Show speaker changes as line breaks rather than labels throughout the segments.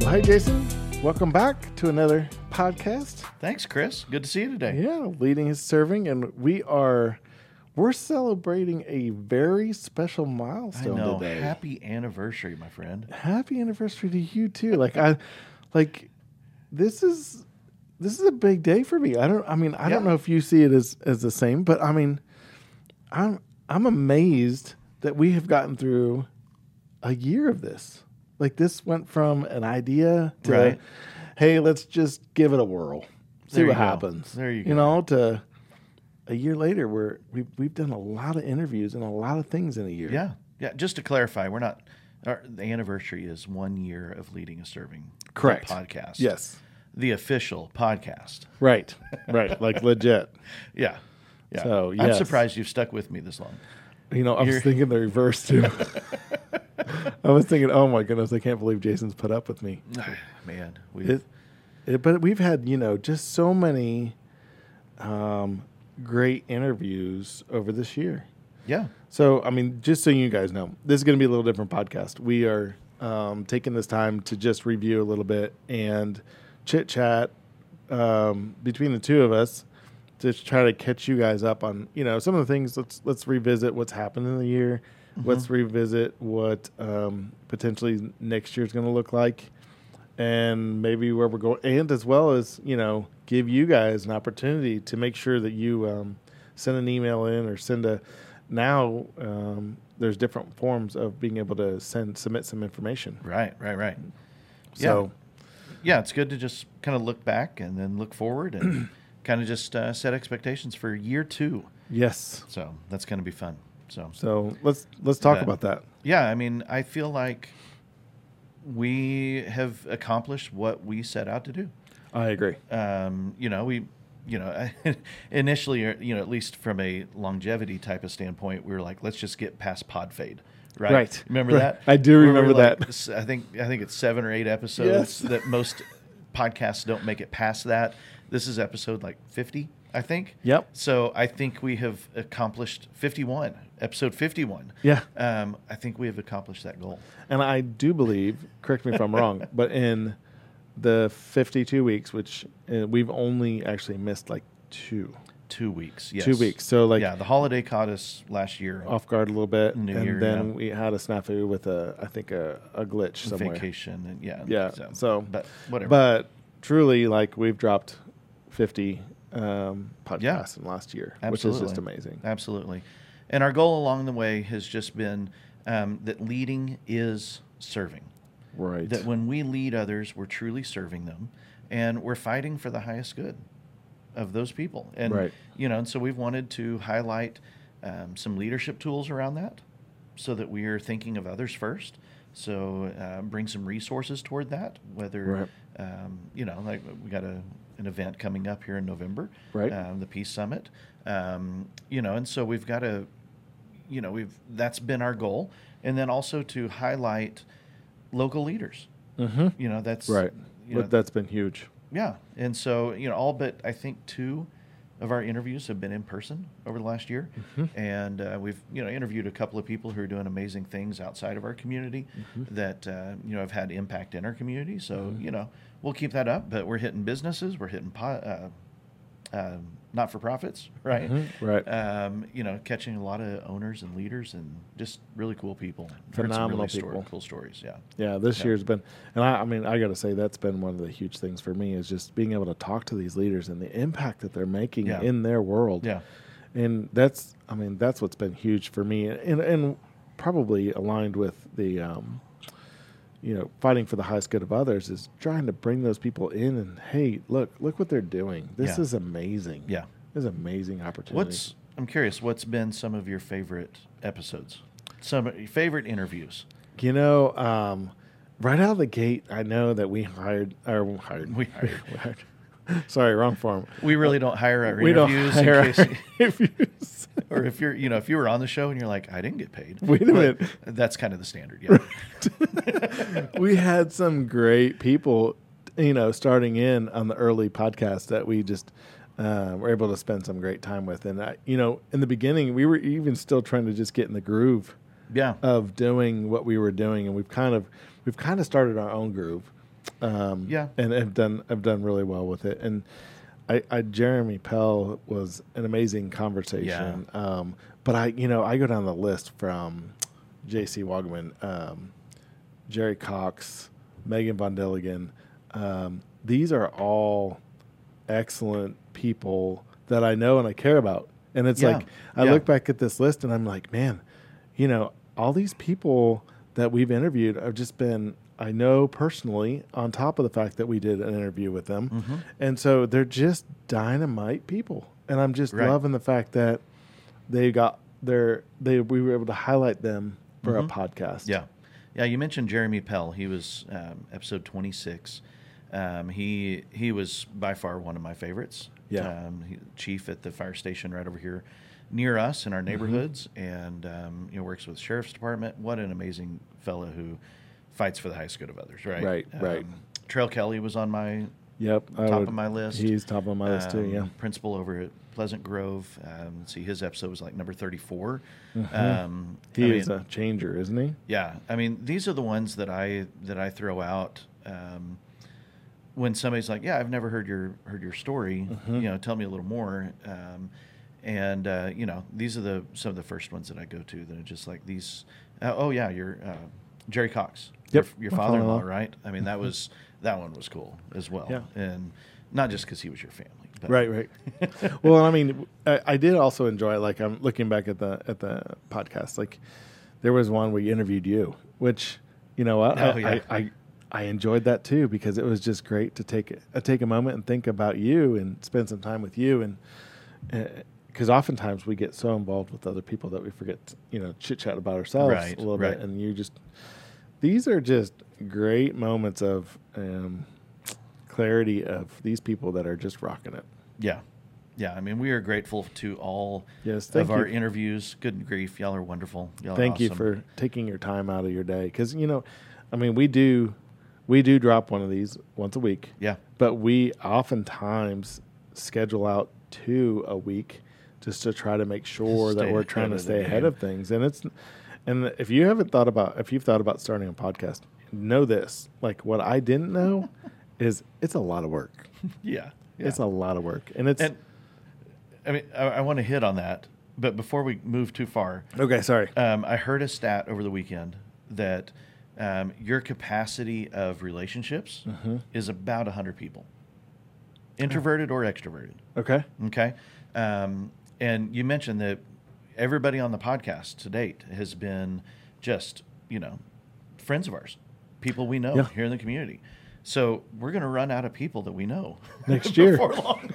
hey, Jason. Welcome back to another podcast.
Thanks, Chris. Good to see you today.
Yeah, leading is serving, and we are we're celebrating a very special
I
milestone
know.
today.
Happy anniversary, my friend.
Happy anniversary to you too. Like I, like this is this is a big day for me. I don't. I mean, I don't
Yeah.
know if you see it as as the same, but I mean, I'm I'm amazed that we have gotten through a year of this. Like this went from an idea to,
Right.
hey, let's just give it a whirl, see
There you
what
go.
happens.
There you
You
go.
know, to a year later, where we've we've done a lot of interviews and a lot of things in a year.
Yeah. Yeah. Just to clarify, we're not. Our, the anniversary is one year of leading and serving. the
Correct.
podcast.
Yes.
The official podcast.
Right. Right. like legit.
Yeah. Yeah.
So,
I'm
yes.
surprised you've stuck with me this long.
You know, I was thinking the reverse too. I was thinking, oh my goodness, I can't believe Jason's put up with me.
Man, we
It, it, but we've had, you know, just so many um, great interviews over this year.
yeah.
So, I mean, just so you guys know, this is going to be a little different podcast. We are um, taking this time to just review a little bit and chit chat um, between the two of us to try to catch you guys up on you know some of the things. Let's let's revisit what's happened in the year. Let's revisit what um, potentially next year's going to look like, and maybe where we're going, and as well as you know give you guys an opportunity to make sure that you um, send an email in or send a now um, there's different forms of being able to send submit some information.
Right. Right. Right.
So
yeah, it's good to just kind of look back and then look forward and kind of just uh, set expectations for year two.
yes,
So that's going to be fun. So,
so let's let's talk
That-
about that.
yeah, I mean, I feel like we have accomplished what we set out to do.
I agree.
Um, you know, we, you know, initially, or, you know, at least from a longevity type of standpoint, we were like, let's just get past pod fade. Right.
Right.
Remember
Right.
that?
I do
Where we
remember
were like,
that.
s- I think I think it's seven or eight
Yes.
episodes that most podcasts don't make it past that. This is episode like 50, I think.
Yep.
So I think we have accomplished 51, episode 51.
Yeah.
Um, I think we have accomplished that goal.
And I do believe, correct me if I'm wrong, but in the 52 weeks, which uh, we've only actually missed like two,
Two weeks. Yes.
two weeks. So like
yeah, the holiday caught us last year on
off guard a little bit,
New
and
Year,
then
yeah.
we had a snafu with a, I think a, a glitch somewhere.
vacation and yeah,
Yeah. So,
but whatever.
But truly, like we've dropped 50 um, podcasts in the last year, which is just
Absolutely.
amazing.
Absolutely. And our goal along the way has just been um, that leading is serving.
Right.
That when we lead others, we're truly serving them, and we're fighting for the highest good of those people. And
Right.
you know, and so we've wanted to highlight um, some leadership tools around that, so that we are thinking of others first. So uh, bring some resources toward that. Whether
Right.
um, you know, like we got a an event coming up here in November,
Right.
Um, the Peace Summit, um, you know, and so we've got to you know we've that's been our goal and then also to highlight local leaders
Mhm.
you know that's
Right.
you know,
But that's been huge.
yeah and so you know all but i think two of our interviews have been in person over the last year
Mm-hmm.
and uh, we've you know interviewed a couple of people who are doing amazing things outside of our community
Mm-hmm.
that uh, you know have had impact in our community so you know we'll keep that up but we're hitting businesses we're hitting po- uh, um, not for profits right
Mhm. Right.
um, you know, catching a lot of owners and leaders and just really cool people. Heard some
Phenomenal
really
people.
cool stories. Yeah.
Yeah, this
Yeah.
year's been, and I, I mean, I got to say that's been one of the huge things for me is just being able to talk to these leaders and the impact that they're making
Yeah.
in their world.
Yeah.
and that's, I mean, that's what's been huge for me, and and probably aligned with the, um, you know, fighting for the highest good of others is trying to bring those people in and hey, look, look what they're doing. This
Yeah.
is amazing.
Yeah.
this is an amazing opportunity.
What's I'm curious. What's been some of your favorite episodes? Some of your favorite interviews?
You know, um, right out of the gate, I know that we hired or hired.
We hired.
we hired. Sorry, wrong form.
We really don't hire our
We don't
interviews,
hire
in
our
case,
interviews.
or if you're you know if you were on the show and you're like I didn't get paid.
Wait a
But
minute.
That's kind of the standard. Yeah.
we had some great people, you know, starting in on the early podcast that we just uh, were able to spend some great time with. And I, you know, in the beginning, we were even still trying to just get in the groove
yeah.
of doing what we were doing, and we've kind of we've kind of started our own groove. Um,
Yeah.
and I've done I've done really well with it. And I, I Jeremy Pell was an amazing conversation. Um, but I you know I go down the list from J.C. Wagman, um, Jerry Cox, Megan Von Dilligan. Um, these are all excellent people that I know and I care about. And it's
Yeah.
like I
Yeah.
look back at this list and I'm like, man, you know, all these people that we've interviewed have just been I know personally on top of the fact that we did an interview with them.
Mhm.
And so they're just dynamite people. And I'm just
Right.
loving the fact that they got their they we were able to highlight them for a podcast.
Mm-hmm. Yeah, yeah. You mentioned Jeremy Pell. He was um, episode twenty six. Um, he he was by far one of my favorites.
Yeah.
um, he, chief at the fire station right over here near us in
Mm-hmm.
our neighborhoods, and um, you know works with sheriff's department. What an amazing fellow who fights for the highest good of others. Right, Um,
Right, right.
Trail Kelly was on my
Yep. I
top
would-
of my list.
He's top of my list too,
Um,
yeah.
Principal over at Pleasant Grove. Um, let's see, his episode was like number 34. Um,
Mm-hmm. He
I
is
mean-
a changer, isn't he?
yeah, I mean, these are the ones that I that I throw out um, when somebody's like, "Yeah, I've never heard your heard your story.
Mm-hmm.
You know, tell me a little more." Um, and uh, you know, these are the some of the first ones that I go to that are just like these. Uh, oh yeah, your uh, Jerry Cox,
Yep,
your, your
my
father-in-law,
father-in-law. Mm-hmm.
right? I mean, that was that one was cool as well,
Yeah.
and not just because he was your family, but
Right, right. well, I mean, I, I did also enjoy. Like, I'm looking back at the at the podcast. Like, there was one we interviewed you, which you know, what, I,
Oh, yeah.
I, I I enjoyed that too because it was just great to take uh, take a moment and think about you and spend some time with you and. because oftentimes we get so involved with other people that we forget, to, you know, chit chat about ourselves
Right,
a little
right.
bit, and you just these are just great moments of um, clarity of these people that are just rocking it.
Yeah. Yeah. I mean, we are grateful to all
Yes, thank
of our
you.
interviews. Good grief. Y'all are wonderful. Y'all are
thank you
awesome.
for taking your time out of your day because you know i mean we do we do drop one of these once a week
Yeah.
but we oftentimes schedule out two a week just to try to make sure that
Stay
we're
ahead
trying to
of the
stay ahead
game.
of things and it's and if you haven't thought about if you've thought about starting a podcast know this like what i didn't know is it's a lot of work
Yeah. yeah.
it's a lot of work and it's
and I mean, I, I want to hit on that, but before we move too far,
okay sorry
um, I heard a stat over the weekend that um, your capacity of relationships
Mm-hmm.
is about 100 people, introverted or extroverted.
okay
Okay. Um, and you mentioned that everybody on the podcast to date has been just, you know, friends of ours, people we know
Yeah.
here in the community. So we're going to run out of people that we know
Next year.
before long.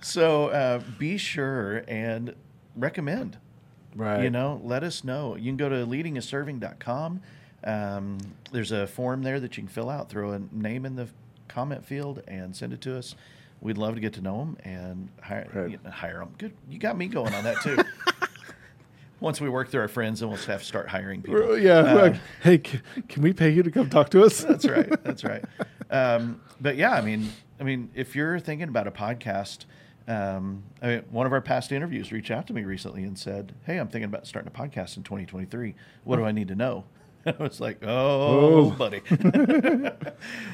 so uh, be sure and recommend.
right
You know, let us know. You can go to leadingaserving.com. Um, there's a form there that you can fill out. Throw a name in the comment field and send it to us. We'd love to get to know them and hire,
Right.
you know, hire them. Good. You got me going on that too. Once we work through our friends, then we'll have to start hiring people.
yeah
Uh,
hey can, can we pay you to come talk to us
that's right. That's right. Um, but yeah, I mean, I mean, if you're thinking about a podcast, um, I mean, one of our past interviews reached out to me recently and said, "Hey, I'm thinking about starting a podcast in 2023. What do I need to know?" I was like,
Oh.
"Oh, buddy,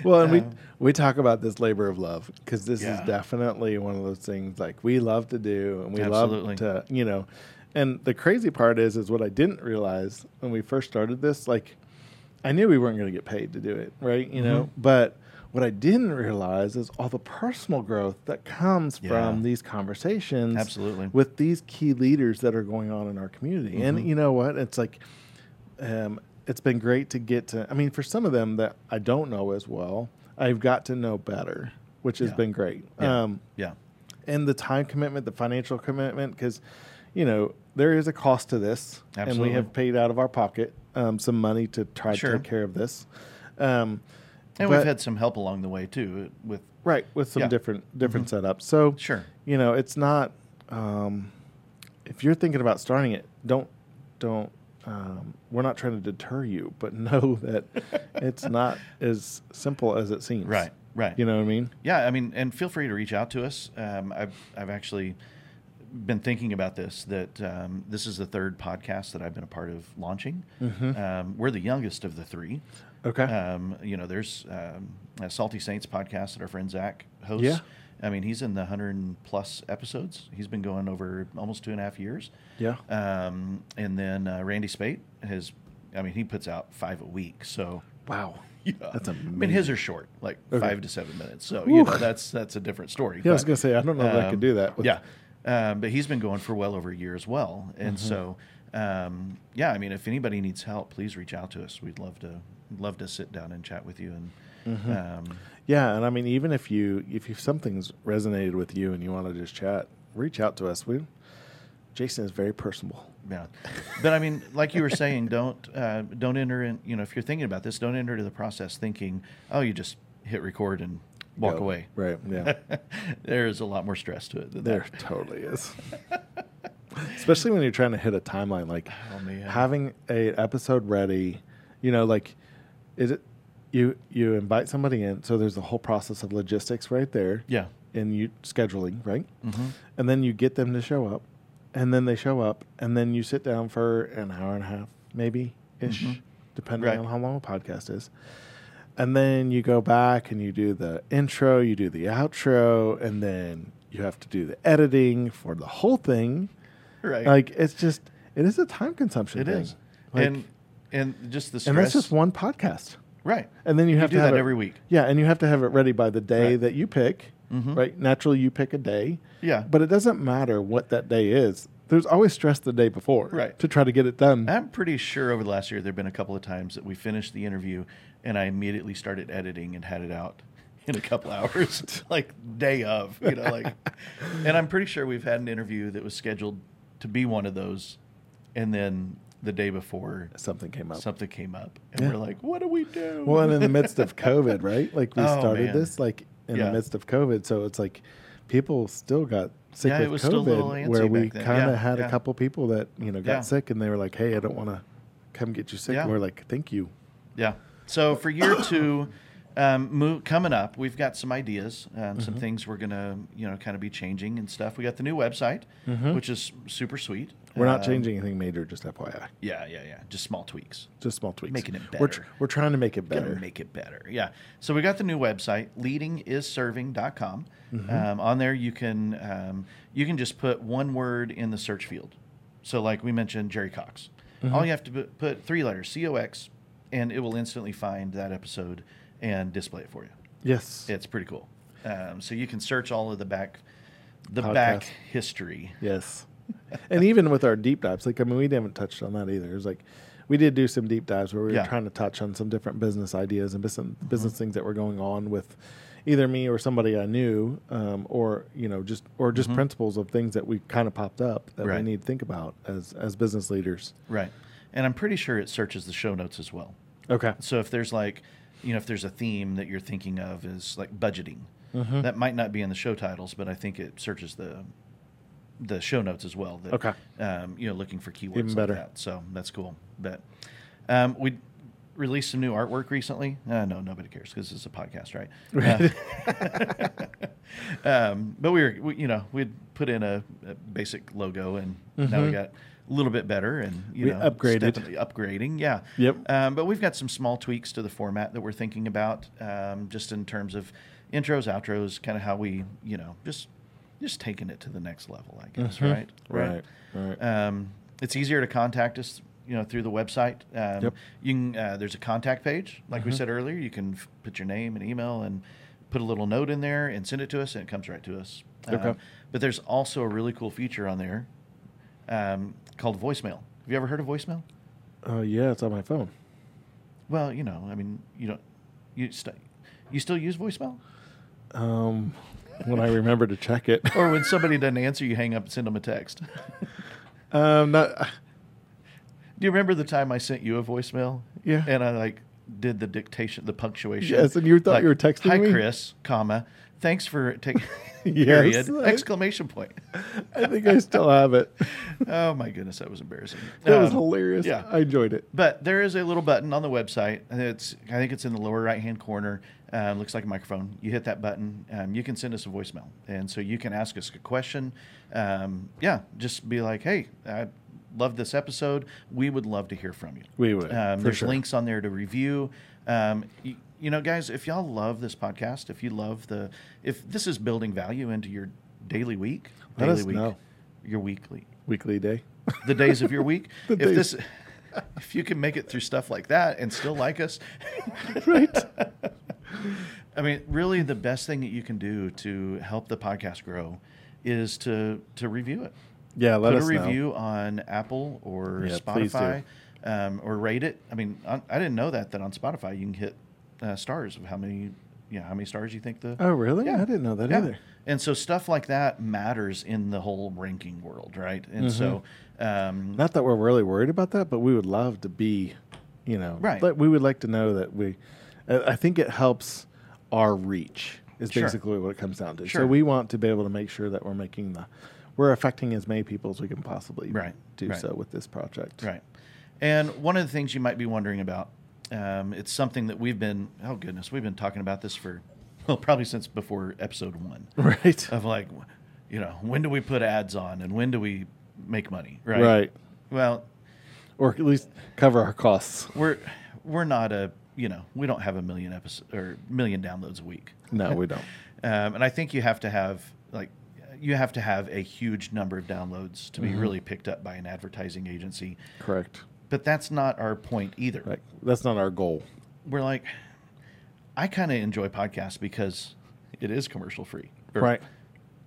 Well, and we we talk about this labor of love because this
Um, Yeah.
is definitely one of those things like we love to do and we
Absolutely.
love to you know. And the crazy part is, is what I didn't realize when we first started this. Like, I knew we weren't going to get paid to do it, right? You know,
Mm-hmm.
but what I didn't realize is all the personal growth that comes
Yeah.
from these conversations,
Absolutely. Mm-hmm.
with these key leaders that are going on in our community. And you know what? It's like um, it's been great to get to. I mean, for some of them that I don't know as well, I've got to know better, which has
Yeah.
been great.
Yeah.
Um,
yeah,
and the time commitment, the financial commitment, because you know there is a cost to this,
Absolutely.
and we have paid out of our pocket um, some money to try
Sure.
to take care of this. Um,
and
but-
we've had some help along the way too. With
right with some
Yeah. Mm-hmm.
different different setups. So
Sure.
you know it's not. Um, if you're thinking about starting it, don't don't. Um, we're not trying to deter you, but know that it's not as simple as it seems.
right, right,
You know what I mean?
yeah, I mean, and feel free to reach out to us. Um, I've I've actually been thinking about this that um,
Mm-hmm.
this is the third podcast that I've been a part of launching. Um, we're the youngest of the three.
Okay.
Um, you know, there's um, a Salty Saints podcast that our friend Zach hosts.
Yeah.
I mean, he's in the hundred plus episodes. He's been going over almost two and a half years.
Yeah.
Um, and then uh, Randy Spate has, I mean, he puts out five a week. So
Wow.
yeah.
That's
I mean, his
amazing.
are short, like
Okay.
five to seven minutes. So you know,
Whew.
that's that's a different story.
Yeah, I was gonna say, I don't know if I could do that with-
yeah, um, but he's been going for well over a year as well, and
Mm-hmm.
so um, yeah, I mean, if anybody needs help, please reach out to us. We'd love to love to sit down and chat with you and.
Mm-hmm.
Um,
Yeah, and I mean, even if you if you, something's resonated with you and you want to just chat, reach out to us. We, Jason is very personable.
yeah, but I mean, like you were saying, don't uh, don't enter in. You know, if you're thinking about this, don't enter to the process thinking, oh, you just hit record and walk
Go.
away.
Right. Yeah.
there is a lot more stress to it than
there
that.
totally is. Especially when you're trying to hit a timeline, like
Oh, man.
having a episode ready. You know, like is it you you invite somebody in, so there's the whole process of logistics right there.
Yeah.
And you scheduling, right?
Mm-hmm.
and then you get them to show up, and then they show up, and then you sit down for an hour and a half, maybe ish,
Mhm.
depending
Right.
on how long a podcast is. And then you go back and you do the intro, you do the outro, and then you have to do the editing for the whole thing.
Right.
Like it's just it is a time consumption.
it
thing.
is.
Like,
and and just the stress.
and that's just one podcast.
Right.
And then you
You
have
do
to have
that
it-
every week.
Yeah, and you have to have it ready by the day
Right.
that you pick.
Mhm.
Right. Naturally, you pick a day.
Yeah.
But it doesn't matter what that day is. There's always stress the day before.
Right.
To try to get it done.
I'm pretty sure over the last year there've been a couple of times that we finished the interview and I immediately started editing and had it out in a couple hours, like day of, you know, like. And I'm pretty sure we've had an interview that was scheduled to be one of those, and then the day before
Something came up.
something came up, and
Yeah.
we're like, "What do we do?"
Well, and in the midst of COVID, right? Like we
Oh,
started
man.
this like in the
Yeah.
midst of COVID, so it's like people still got sick
Yeah, it
with
was
COVID,
still a little antsy
where we
back then.
kind of
Yeah,
had a
yeah.
couple people that you know got
Yeah.
sick, and they were like, "Hey, I don't want to come get you sick."
Yeah.
And we're like, "Thank you."
Yeah. So for year two, um, move, coming up, we've got some ideas, um,
Mm-hmm.
some things we're gonna, you know, kind of be changing and stuff. We got the new website, which is super sweet.
Mm-hmm. We're not
Um,
changing anything major, just FYI,
Yeah, yeah, yeah. Just small tweaks.
just small tweaks.
Making it
We're, tr-
better.
we're trying to make it
Gonna
better.
make it better. Yeah. So we got the new website, leadingisserving.com.
Mm-hmm.
Um, on there, you can um, you can just put one word in the search field. So like we mentioned, Jerry Cox.
Mm-hmm.
All you have to put, put three letters, C O X, and it will instantly find that episode and display it for you.
yes.
It's pretty cool. Um, so you can search all of the back, the back
Podcast.
history.
Yes. and even with our deep dives, like, I mean, we haven't touched on that either. It was like, we did do some deep dives where we were
Yeah. Mm-hmm.
trying to touch on some different business ideas and business, business things that were going on with either me or somebody I knew, um, or, you know, just, or just principles of things that we kind of popped up that we
Mm-hmm. Right.
need to think about as, as business leaders.
Right. And I'm pretty sure it searches the show notes as well.
Okay.
So if there's like, you know, if there's a theme that you're thinking of is like budgeting,
Mm-hmm.
that might not be in the show titles, but I think it searches the the show notes as well. That,
Okay.
Um, you know, looking for keywords
Even better.
like that. So that's cool. But um, we released some new artwork recently. Uh, no, nobody cares because it's a podcast, right? Uh, um, but we were, we, you know, we'd put in a, a basic logo, and now we got a little bit better, and you
Mm-hmm. We
know,
upgraded.
stepping- upgrading. Yeah.
Yep.
Um, but we've got some small tweaks to the format that we're thinking about, um, just in terms of intros, outros, kind of how we, you know, just just taking it to the next level, I guess. Right.
Mm-hmm. Right. Right.
Um, it's easier to contact us, you know, through the website.
Yep.
Um,
Mm-hmm.
You can. Uh, there's a contact page, like we said earlier. You can f- put your name and email and put a little note in there and send it to us, and it comes right to us. Um,
Okay.
but there's also a really cool feature on there um, called voicemail. Have you ever heard of voicemail?
Oh, yeah. It's on my phone.
Well, you know, I mean, you don't, you st- you still use voicemail,
Um, when I remember to check it,
or when somebody doesn't answer, you hang up and send them a text.
um, not,
Do you remember the time I sent you a voicemail?
Yeah.
and I like did the dictation, the punctuation.
Yes, and you thought you were texting
Hi,
me?"
Chris, comma, thanks for taking.
Yes,
period
I-
exclamation point.
I think I still have it.
Oh my goodness, that was embarrassing.
That was
Um,
hilarious.
yeah.
I enjoyed it.
But there is a little button on the website. and It's I think it's in the lower right hand corner. Um, looks like a microphone. You hit that button. Um, you can send us a voicemail, and so you can ask us a question. Um, yeah, just be like, hey, I loved this episode, we would love to hear from you.
We would,
Um,
for
there's
sure.
links on there to review. Um, you, you know, guys, if y'all love this podcast, if you love the, if this is building value into your daily week,
Let
daily
us
week,
know.
your weekly,
Weekly day.
the days of your week.
The
if
days.
this, if you can make it through stuff like that and still like us,
right.
I mean, really, the best thing that you can do to help the podcast grow is to to review it.
Yeah, let
Put
us
a
know.
review on Apple or
Yeah, please do.
Spotify, um, or rate it. I mean, on, I didn't know that that on Spotify you can hit uh, stars of how many, you know, how many stars you think the.
Oh, really? I didn't know that
Yeah.
either.
And so stuff like that matters in the whole ranking world, right? And
Mm-hmm.
so, um,
Not that we're really worried about that, but we would love to be, you know,
Right.
But we would like to know that we. I I think it helps our reach is
Sure.
basically what it comes down to. So
Sure.
we want to be able to make sure that we're making the, we're affecting as many people as we can possibly
Right,
do
right.
so with this project.
Right. And one of the things you might be wondering about, um, it's something that we've been, oh goodness, we've been talking about this for, well, probably since before episode one
Right.
of like, you know, when do we put ads on and when do we make money? Right.
Right.
Well,
Or at least cover our costs.
we're, we're not a, you know, we don't have a million episode or million downloads a week.
No, we don't.
Um, and I think you have to have like you have to have a huge number of downloads to be
Mm-hmm.
really picked up by an advertising agency.
Correct.
But that's not our point either.
Right. That's not our goal.
we're like, I kind of enjoy podcasts because it is commercial free. Or
Right.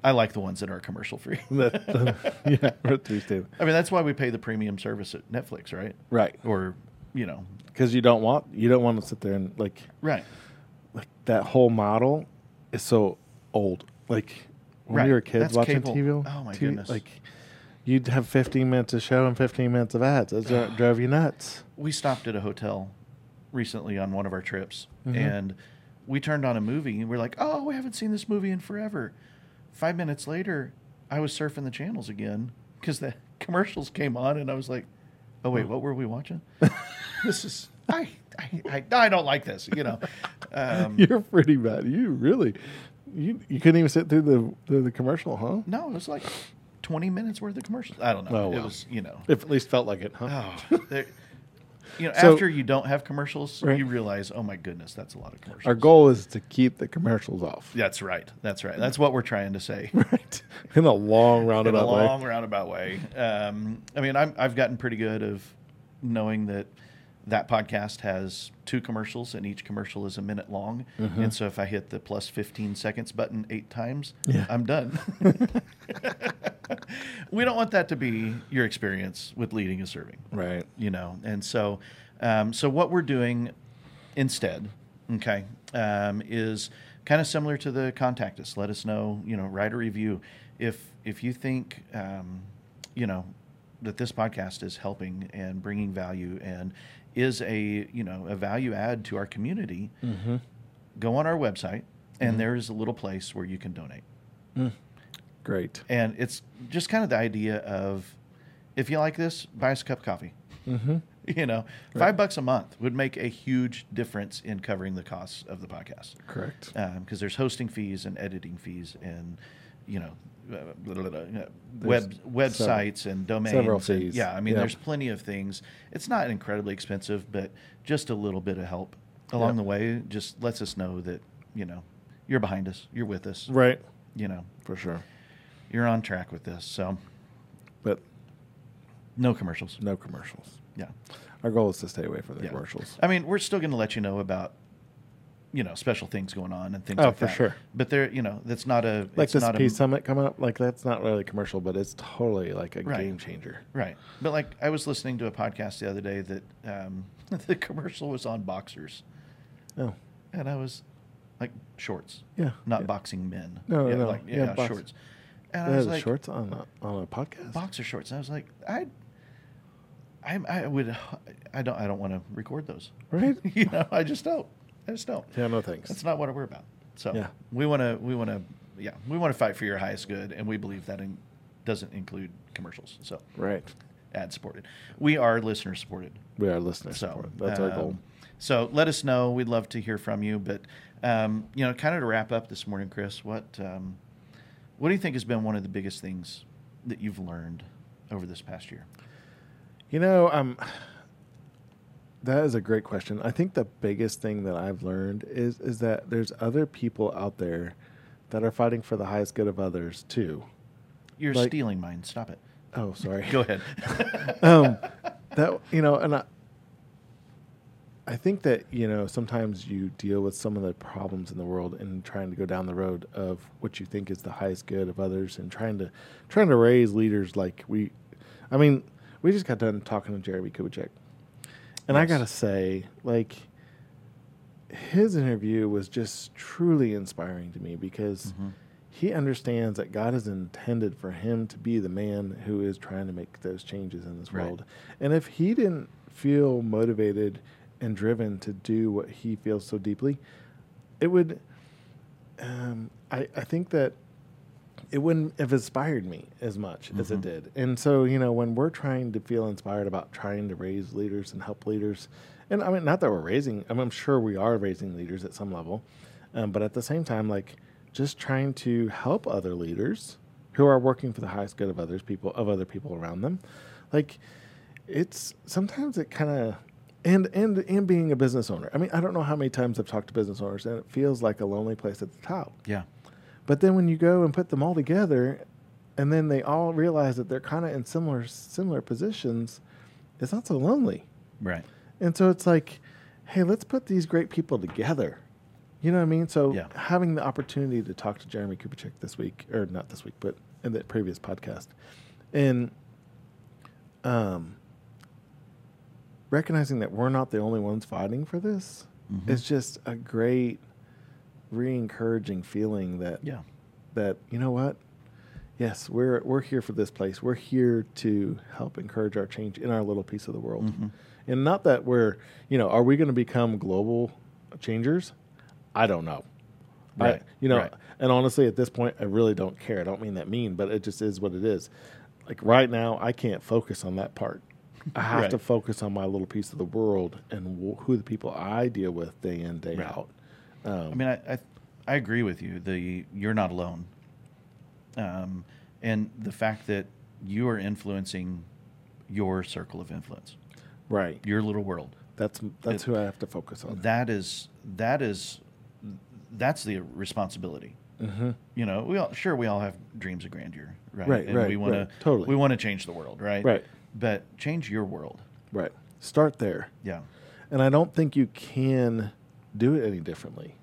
I like the ones that are commercial free.
That- yeah. Right. to be stable.
I mean, that's why we pay the premium service at Netflix, right?
Right.
Or, you know,
Because you don't want you don't want to sit there and like
right.
like that whole model is so old. Like when
Right.
we were kids
That's
watching
cable.
TV.
Oh, my
TV,
goodness.
Like you'd have 15 minutes of show and 15 minutes of ads. That dro- drove you nuts.
We stopped at a hotel recently on one of our trips
Mhm.
and we turned on a movie and we're like, oh, we haven't seen this movie in forever. Five minutes later, I was surfing the channels again because the commercials came on and I was like, oh, wait, what were we watching? this is I, I I I don't like this. You know, um,
You're pretty bad. You really you you couldn't even sit through the through the commercial, huh?
no, it was like twenty minutes worth of commercials. I don't know.
Oh,
It
wow.
was you know.
If at least felt like it, huh?
Oh, there- you know,
So-
after you don't have commercials,
Right.
you realize, oh my goodness, that's a lot of commercials.
Our goal is to keep the commercials off.
That's right. That's right. That's what we're trying to say.
Right. In a long
in
Mm.
a
roundabout way.
long roundabout way. Um, I mean, I'm, I've gotten pretty good of knowing that that podcast has two commercials, and each commercial is a minute long.
Uh-huh.
And so, if I hit the plus 15 seconds button eight times,
Yeah.
I'm done. we don't want that to be your experience with leading and serving
Right.
you know and so um, so what we're doing instead okay um, is kind of similar to the contact us let us know you know write a review if if you think um, you know that this podcast is helping and bringing value and is a you know a value add to our community
Mm. Mm-hmm.
go on our website and there is a little place where you can donate
Great.
and it's just kind of the idea of if you like this buy us a cup of coffee
Mm-hmm.
you know, five bucks a month would make a huge difference in covering the costs of the podcast
Correct.
because there's hosting fees and editing fees and you know uh, blah, blah, blah, uh,
There's
web websites and domains.
several
and-
fees.
yeah, I mean,
Yep.
there's plenty of things. It's not incredibly expensive, but just a little bit of help along
Yep.
the way just lets us know that you know you're behind us, you're with us,
Right.
you know,
For sure.
you're on track with this. So
But
no commercials.
no commercials.
Yeah.
Our goal is to stay away from the
Yeah.
commercials.
I mean, we're still going to let you know about you know special things going on and things
Oh,
like
for
that.
sure.
But there, you know, that's not a
like
it's
this
not
P
a,
Summit coming up, like that's not really commercial, but it's totally like a
Right.
game changer.
right. But like I was listening to a podcast the other day that um, the commercial was on boxers,
Oh,
and I was like shorts,
yeah.
not
yeah.
boxing men.
No,
yeah,
no,
like,
yeah,
yeah,
box-
shorts. And
They
I was
had
like,
shorts on a, on a podcast.
boxer shorts. And I was like, I. I, I would I don't I don't want to record those
Right.
you know I just don't I just don't
Yeah, no thanks.
That's not what we're about. So
Yeah.
we want to, we want to, yeah, we want to fight for your highest good, and we believe that in, doesn't include commercials. So
right.
ad supported. We are listener supported.
We are listeners.
So
support. That's our
um,
goal.
So let us know. We'd love to hear from you. But um, you know, kind of to wrap up this morning, Chris, what um, what do you think has been one of the biggest things that you've learned over this past year?
You know, um, that is a great question. I think the biggest thing that I've learned is is that there's other people out there that are fighting for the highest good of others too.
You're
Like-
stealing mine. Stop it.
Oh, sorry.
Go ahead.
um, that you know, and I, I think that you know sometimes you deal with some of the problems in the world and trying to go down the road of what you think is the highest good of others and trying to trying to raise leaders like we, I mean, we just got done talking to Jeremy Kubicek, and I
Yes.
gotta say, like, his interview was just truly inspiring to me because
Mhm.
he understands that God has intended for him to be the man who is trying to make those changes in this
Right.
world. And if he didn't feel motivated and driven to do what he feels so deeply, it would. Um, I I think that it wouldn't have inspired me as much as it
Mhm.
did. And so, you know, when we're trying to feel inspired about trying to raise leaders and help leaders, and I mean, not that we're raising, I mean, I'm sure we are raising leaders at some level, um, but at the same time, like just trying to help other leaders who are working for the highest good of others people of other people around them, like it's sometimes it kind of and and and being a business owner. I mean, I don't know how many times I've talked to business owners, and it feels like a lonely place at the top.
yeah.
But then when you go and put them all together, and then they all realize that they're kind of in similar similar positions, it's not so lonely.
Right.
And so it's like, hey, let's put these great people together. You know what I mean? So
Yeah.
having the opportunity to talk to Jeremy Kubicek this week, or not this week, but in the previous podcast, and um, recognizing that we're not the only ones fighting for this
Mhm.
is just a great, re-encouraging feeling that
Yeah.
that you know what yes we're we're here for this place we're here to help encourage our change in our little piece of the world
Mhm.
and not that we're you know are we going to become global changers i don't know I-
Right,
you know
right.
and honestly at this point i really don't care i don't mean that mean but it just is what it is like right now i can't focus on that part i have
Right.
to focus on my little piece of the world and wh- who the people i deal with day in day
Right.
out um,
I mean, I, I I agree with you. The you're not alone, um, and the fact that you are influencing your circle of influence,
right
your little world.
that's that's who i have to focus on
That is that is that's the responsibility.
mm-hmm.
You know, we all sure we all have dreams of grandeur, right?
Right,
and
right,
We want
right,
to
totally.
We want to change the world, right?
Right.
But change your world.
Right. Start there.
Yeah.
And I don't think you can do it any differently.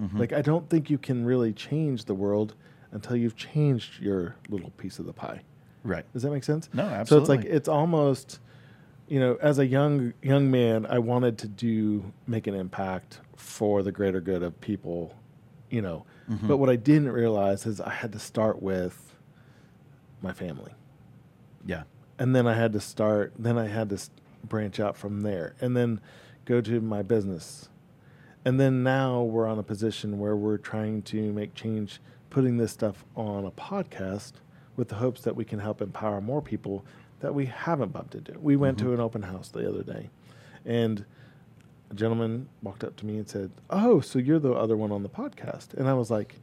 Mhm.
Like, I don't think you can really change the world until you've changed your little piece of the pie.
Right.
Does that make sense?
No,
So it's like,
absolutely.
it's almost, you know, as a young, young man, I wanted to do, make an impact for the greater good of people, you know.
Mhm.
But what I didn't realize is I had to start with my family
Yeah.
and then I had to start. Then I had to s- branch out from there, and then go to my business, and then now we're on a position where we're trying to make change, putting this stuff on a podcast with the hopes that we can help empower more people that we haven't bumped into. We went to an open house the other day, and a gentleman walked up to me and said, "Oh, so you're the other one on the podcast?" And I was like.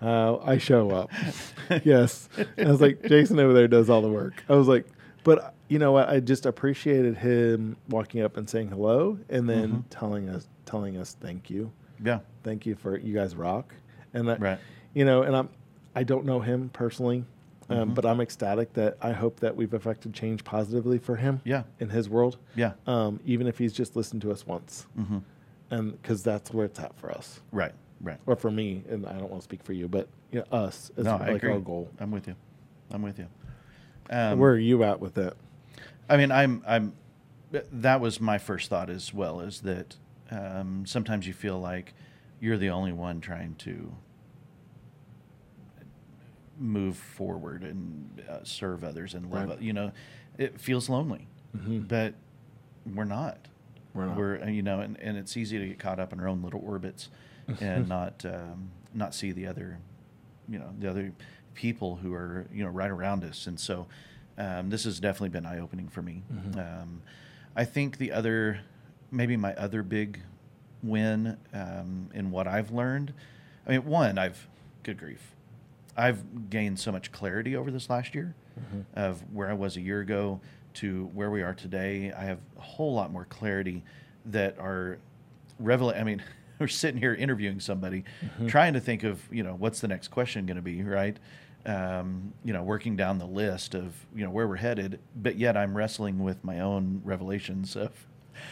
Uh, I show up. yes. And I was like, Jason over there does all the work. I was like, but uh, you know what? I just appreciated him walking up and saying hello and then
Mhm.
telling us telling us thank you.
Yeah.
Thank you for you guys rock. And that
Right.
you know, and I'm I don't know him personally, um,
Mhm.
but I'm ecstatic that I hope that we've affected change positively for him
Yeah.
in his world.
Yeah.
Um, even if he's just listened to us once.
hmm
And because that's where it's at for us
Right. Right.
or for me, and I don't want to speak for you, but you know, us is
no,
like
I agree.
our goal.
I'm with you. I'm with you. Um,
Where are you at with it?
I mean, I'm. I'm. That was my first thought as well. Is that um, sometimes you feel like you're the only one trying to move forward and uh, serve others and love.
Right.
oth- You know, it feels lonely,
Mhm.
but we're not.
We're not.
We're you know, and, and it's easy to get caught up in our own little orbits and not um, not see the other, you know, the other people who are you know right around us. And so, um, this has definitely been eye opening for me.
Mhm.
Um, I think the other, maybe my other big win um, in what I've learned. I mean, one, I've good grief, I've gained so much clarity over this last year
Mhm.
of where I was a year ago to where we are today, I have a whole lot more clarity that are revel. I mean, we're sitting here interviewing somebody, trying to think of you know what's the next question going to be, right? Um, you know, working down the list of you know where we're headed, but yet I'm wrestling with my own revelations of.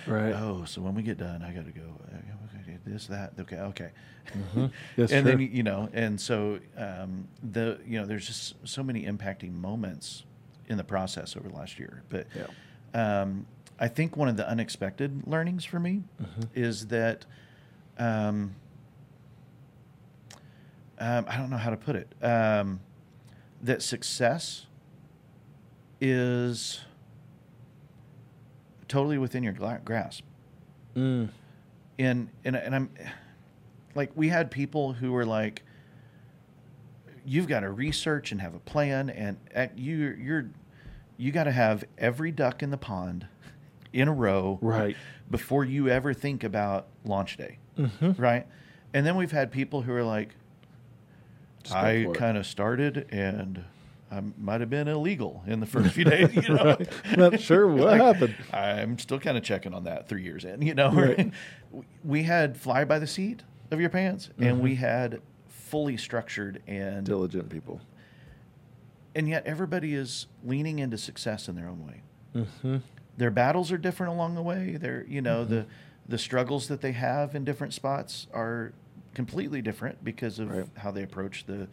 Right.
Oh, so when we get done, I got to go. uh, okay, This, that, okay, okay.
Yes,
and then
sure.
you know, and so um, the you know, there's just so many impacting moments in the process over the last year. But um, I think one of the unexpected learnings for me
Mm-hmm.
is that um, um, I don't know how to put it. Um, that success is totally within your gla- grasp.
Mm.
And and and I'm like we had people who were like you've got to research and have a plan and at, you you're you got to have every duck in the pond in a row
Right.
before you ever think about launch day. Right? And then we've had people who are like
Just go
I
for it.
kind of started and I might have been illegal in the first few days, you know.
Not sure what
Like,
happened.
I'm still kind of checking on that three years in, you know.
Right.
we had fly by the seat of your pants, and
Mm-hmm.
we had fully structured and
Diligent people.
and yet everybody is leaning into success in their own way. Their battles are different along the way. Their you know the the struggles that they have in different spots are completely different because of
Right.
how they approach the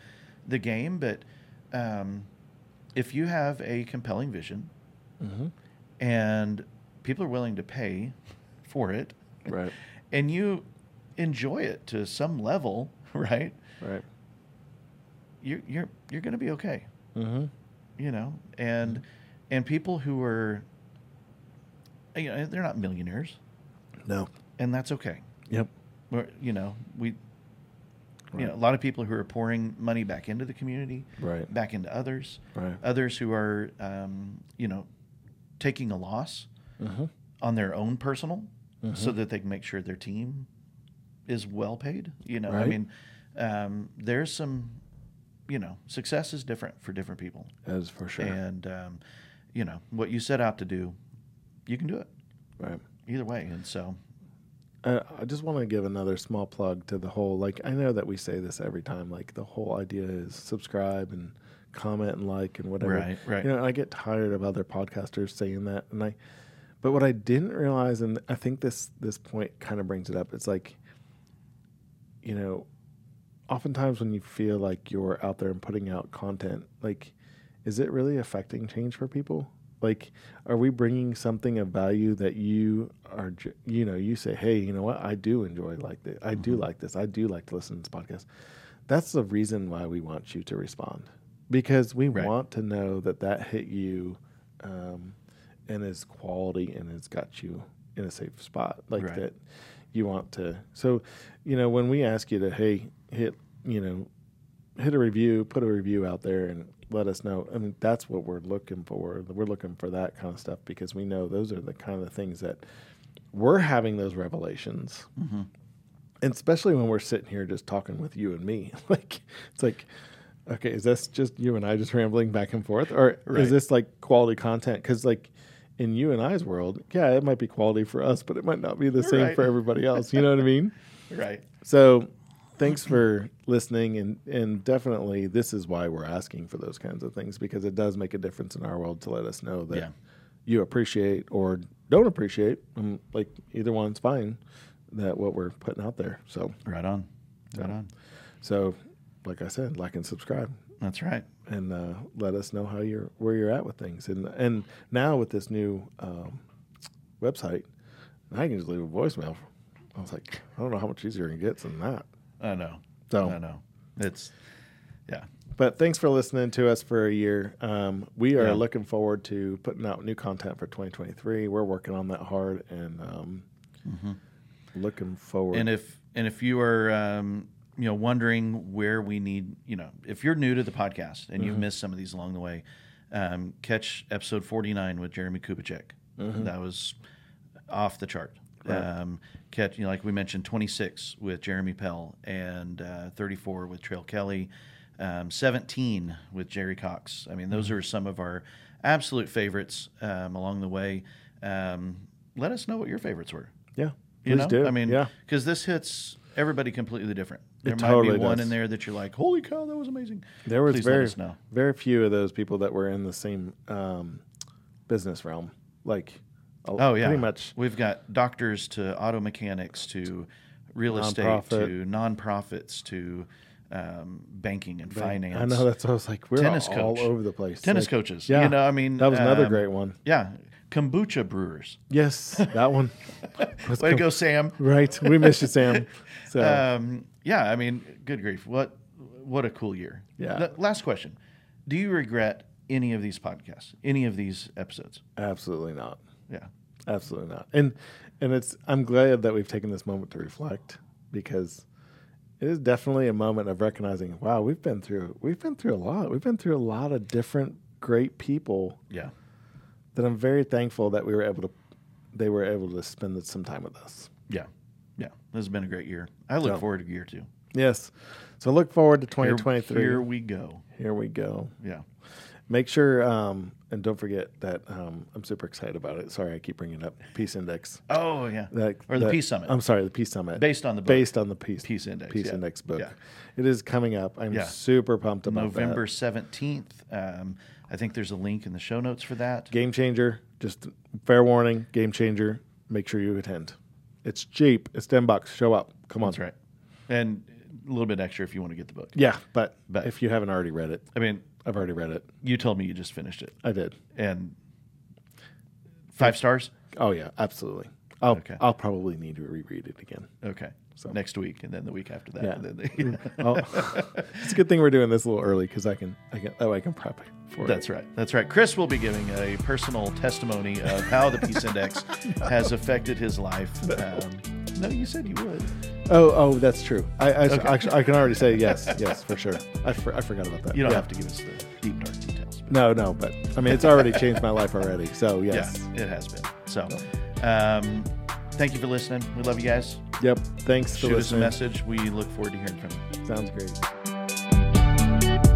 the game. But um, if you have a compelling vision and people are willing to pay for it,
Right.
and you enjoy it to some level, right?
Right.
You're you're you're going to be okay.
Mm-hmm.
you know and and people who are you know they're not millionaires
No.
and that's okay
Yep.
We're, you know we you
Right.
know a lot of people who are pouring money back into the community
Right.
back into others
Right.
others who are um, you know taking a loss on their own personal so that they can make sure their team is well paid you know i
Right.
mean um, there's some you know success is different for different people
That is for sure.
and um, you know what you set out to do, you can do it
right.
either way. And so,
Uh, I just want to give another small plug to the whole. Like, I know that we say this every time. Like, the whole idea is subscribe and comment and like and whatever.
Right, right.
You know, and I get tired of other podcasters saying that, and I. But what I didn't realize, and I think this this point kind of brings it up, it's like, you know, oftentimes when you feel like you're out there and putting out content, like, is it really affecting change for people? Like, are we bringing something of value that you are, j- you know, you say, hey, you know what, I do enjoy like this, I
Mm-hmm.
do like this, I do like to listen to this podcast. That's the reason why we want you to respond because we
Right.
want to know that that hit you, um, and is quality and has got you in a safe spot like
Right.
that you want to. So, you know, when we ask you to, hey, hit, you know, hit a review, put a review out there and let us know. I mean, that's what we're looking for. We're looking for that kind of stuff because we know those are the kind of things that we're having those revelations.
Mm-hmm.
And especially when we're sitting here just talking with you and me. Like, it's like, okay, is this just you and I just rambling back and forth? Or
Right.
is this like quality content? Because, like, in you and I's world, yeah, it might be quality for us, but it might not be the same
Right.
for everybody else. You know what I mean?
right,
So thanks for listening and and definitely this is why we're asking for those kinds of things because it does make a difference in our world to let us know that
Yeah.
you appreciate or don't appreciate um, like either one's fine that what we're putting out there so
right on, right on.
so like i said like and subscribe
That's right.
and uh, let us know how you're where you're at with things and and now with this new um, website i can just leave a voicemail i was like i don't know how much easier it gets than that
I know.
So-
I know. It's yeah.
But thanks for listening to us for a year. Um, we are
Yeah.
looking forward to putting out new content for 2023. We're working on that hard and um, looking forward.
Mm-hmm. And if and if you are um, you know wondering where we need you know if you're new to the podcast and you've missed some of these along the way, um, catch episode 49 with Jeremy Kubicek. That was off the chart. Um, catch you know, like we mentioned 26 with Jeremy Pell and uh, 34 with Trail Kelly. um, 17 with Jerry Cox. I mean, those are some of our absolute favorites um, along the way. Um, let us know what your favorites were.
Yeah.
You
Please
know,
do.
I mean,
yeah.
because this hits everybody completely different. There
It
might
totally
be one
does.
in there that you're like, "Holy cow, that was amazing!"
There was
Please
very
let us know.
very few of those people that were in the same um, business realm. Like, a-
Oh yeah,
pretty much.
We've got doctors to auto mechanics to real estate to
Nonprofit.
nonprofits to um, banking and finance.
I know that's what I was like. We're
Tennis
all
coach.
over the place.
tennis
Like,
coaches.
Yeah.
you know, I mean,
that was another
um,
great one.
Yeah, kombucha brewers.
Yes, that one. Was
Way to
com-
go, Sam.
Right, we miss you, Sam. So
Um, yeah, I mean, good grief, what what a cool year.
Yeah.
L- last question: Do you regret any of these podcasts, any of these episodes?
absolutely not.
Yeah.
Absolutely not. And and it's I'm glad that we've taken this moment to reflect because it is definitely a moment of recognizing, wow, we've been through we've been through a lot. We've been through a lot of different great people
Yeah.
that I'm very thankful that we were able to they were able to spend some time with us.
Yeah. Yeah. This has been a great year. I look
So-
forward to year two.
Yes. So look forward to
Here-
2023.
Here
Here,
we go.
we go.
Yeah.
Make sure um, and don't forget that um, I'm super excited about it. Sorry, I keep bringing it up Peace Index.
Oh yeah.
That,
or the
that-
Peace Summit,
I'm sorry, the Peace Summit.
based on the book,
based on the Peace
Peace Index.
Peace
yeah.
Index book.
Yeah.
It is coming up. I'm
Yeah.
super pumped about
November
that.
seventeenth. Um, I think there's a link in the show notes for that.
Game changer. Just fair warning. Game changer. Make sure you attend. It's cheap. It's ten bucks. Show up. Come on.
That's right. And a little bit extra if you want to get the book.
Yeah, but,
But-
if you haven't already read it,
I mean,
I've already read it.
you told me you just finished it,
I did.
and five stars.
Oh yeah, absolutely. I'll
Okay.
I'll probably need to reread it again.
Okay.
So-
Next week, and then the week after that.
Yeah.
and then the-
I'll- it's a good thing we're doing this a little early because I can I can that way I can prep it for
That's
it.
right. That's right. Chris will be giving a personal testimony of how the Peace Index has affected his life. Um, no, you said you would.
Oh oh, that's true. I I, actually, I can already say yes yes for sure. I, for, I forgot about that.
You don't
Yeah.
have to give us the deep dark details. But
No, no, but I mean, it's already changed my life already. So, yes.
yeah, it has been. So, um, thank you for listening. We love you guys.
Yep. Thanks for
Shoot us a
listening.
message. We look forward to hearing from you.
Sounds great.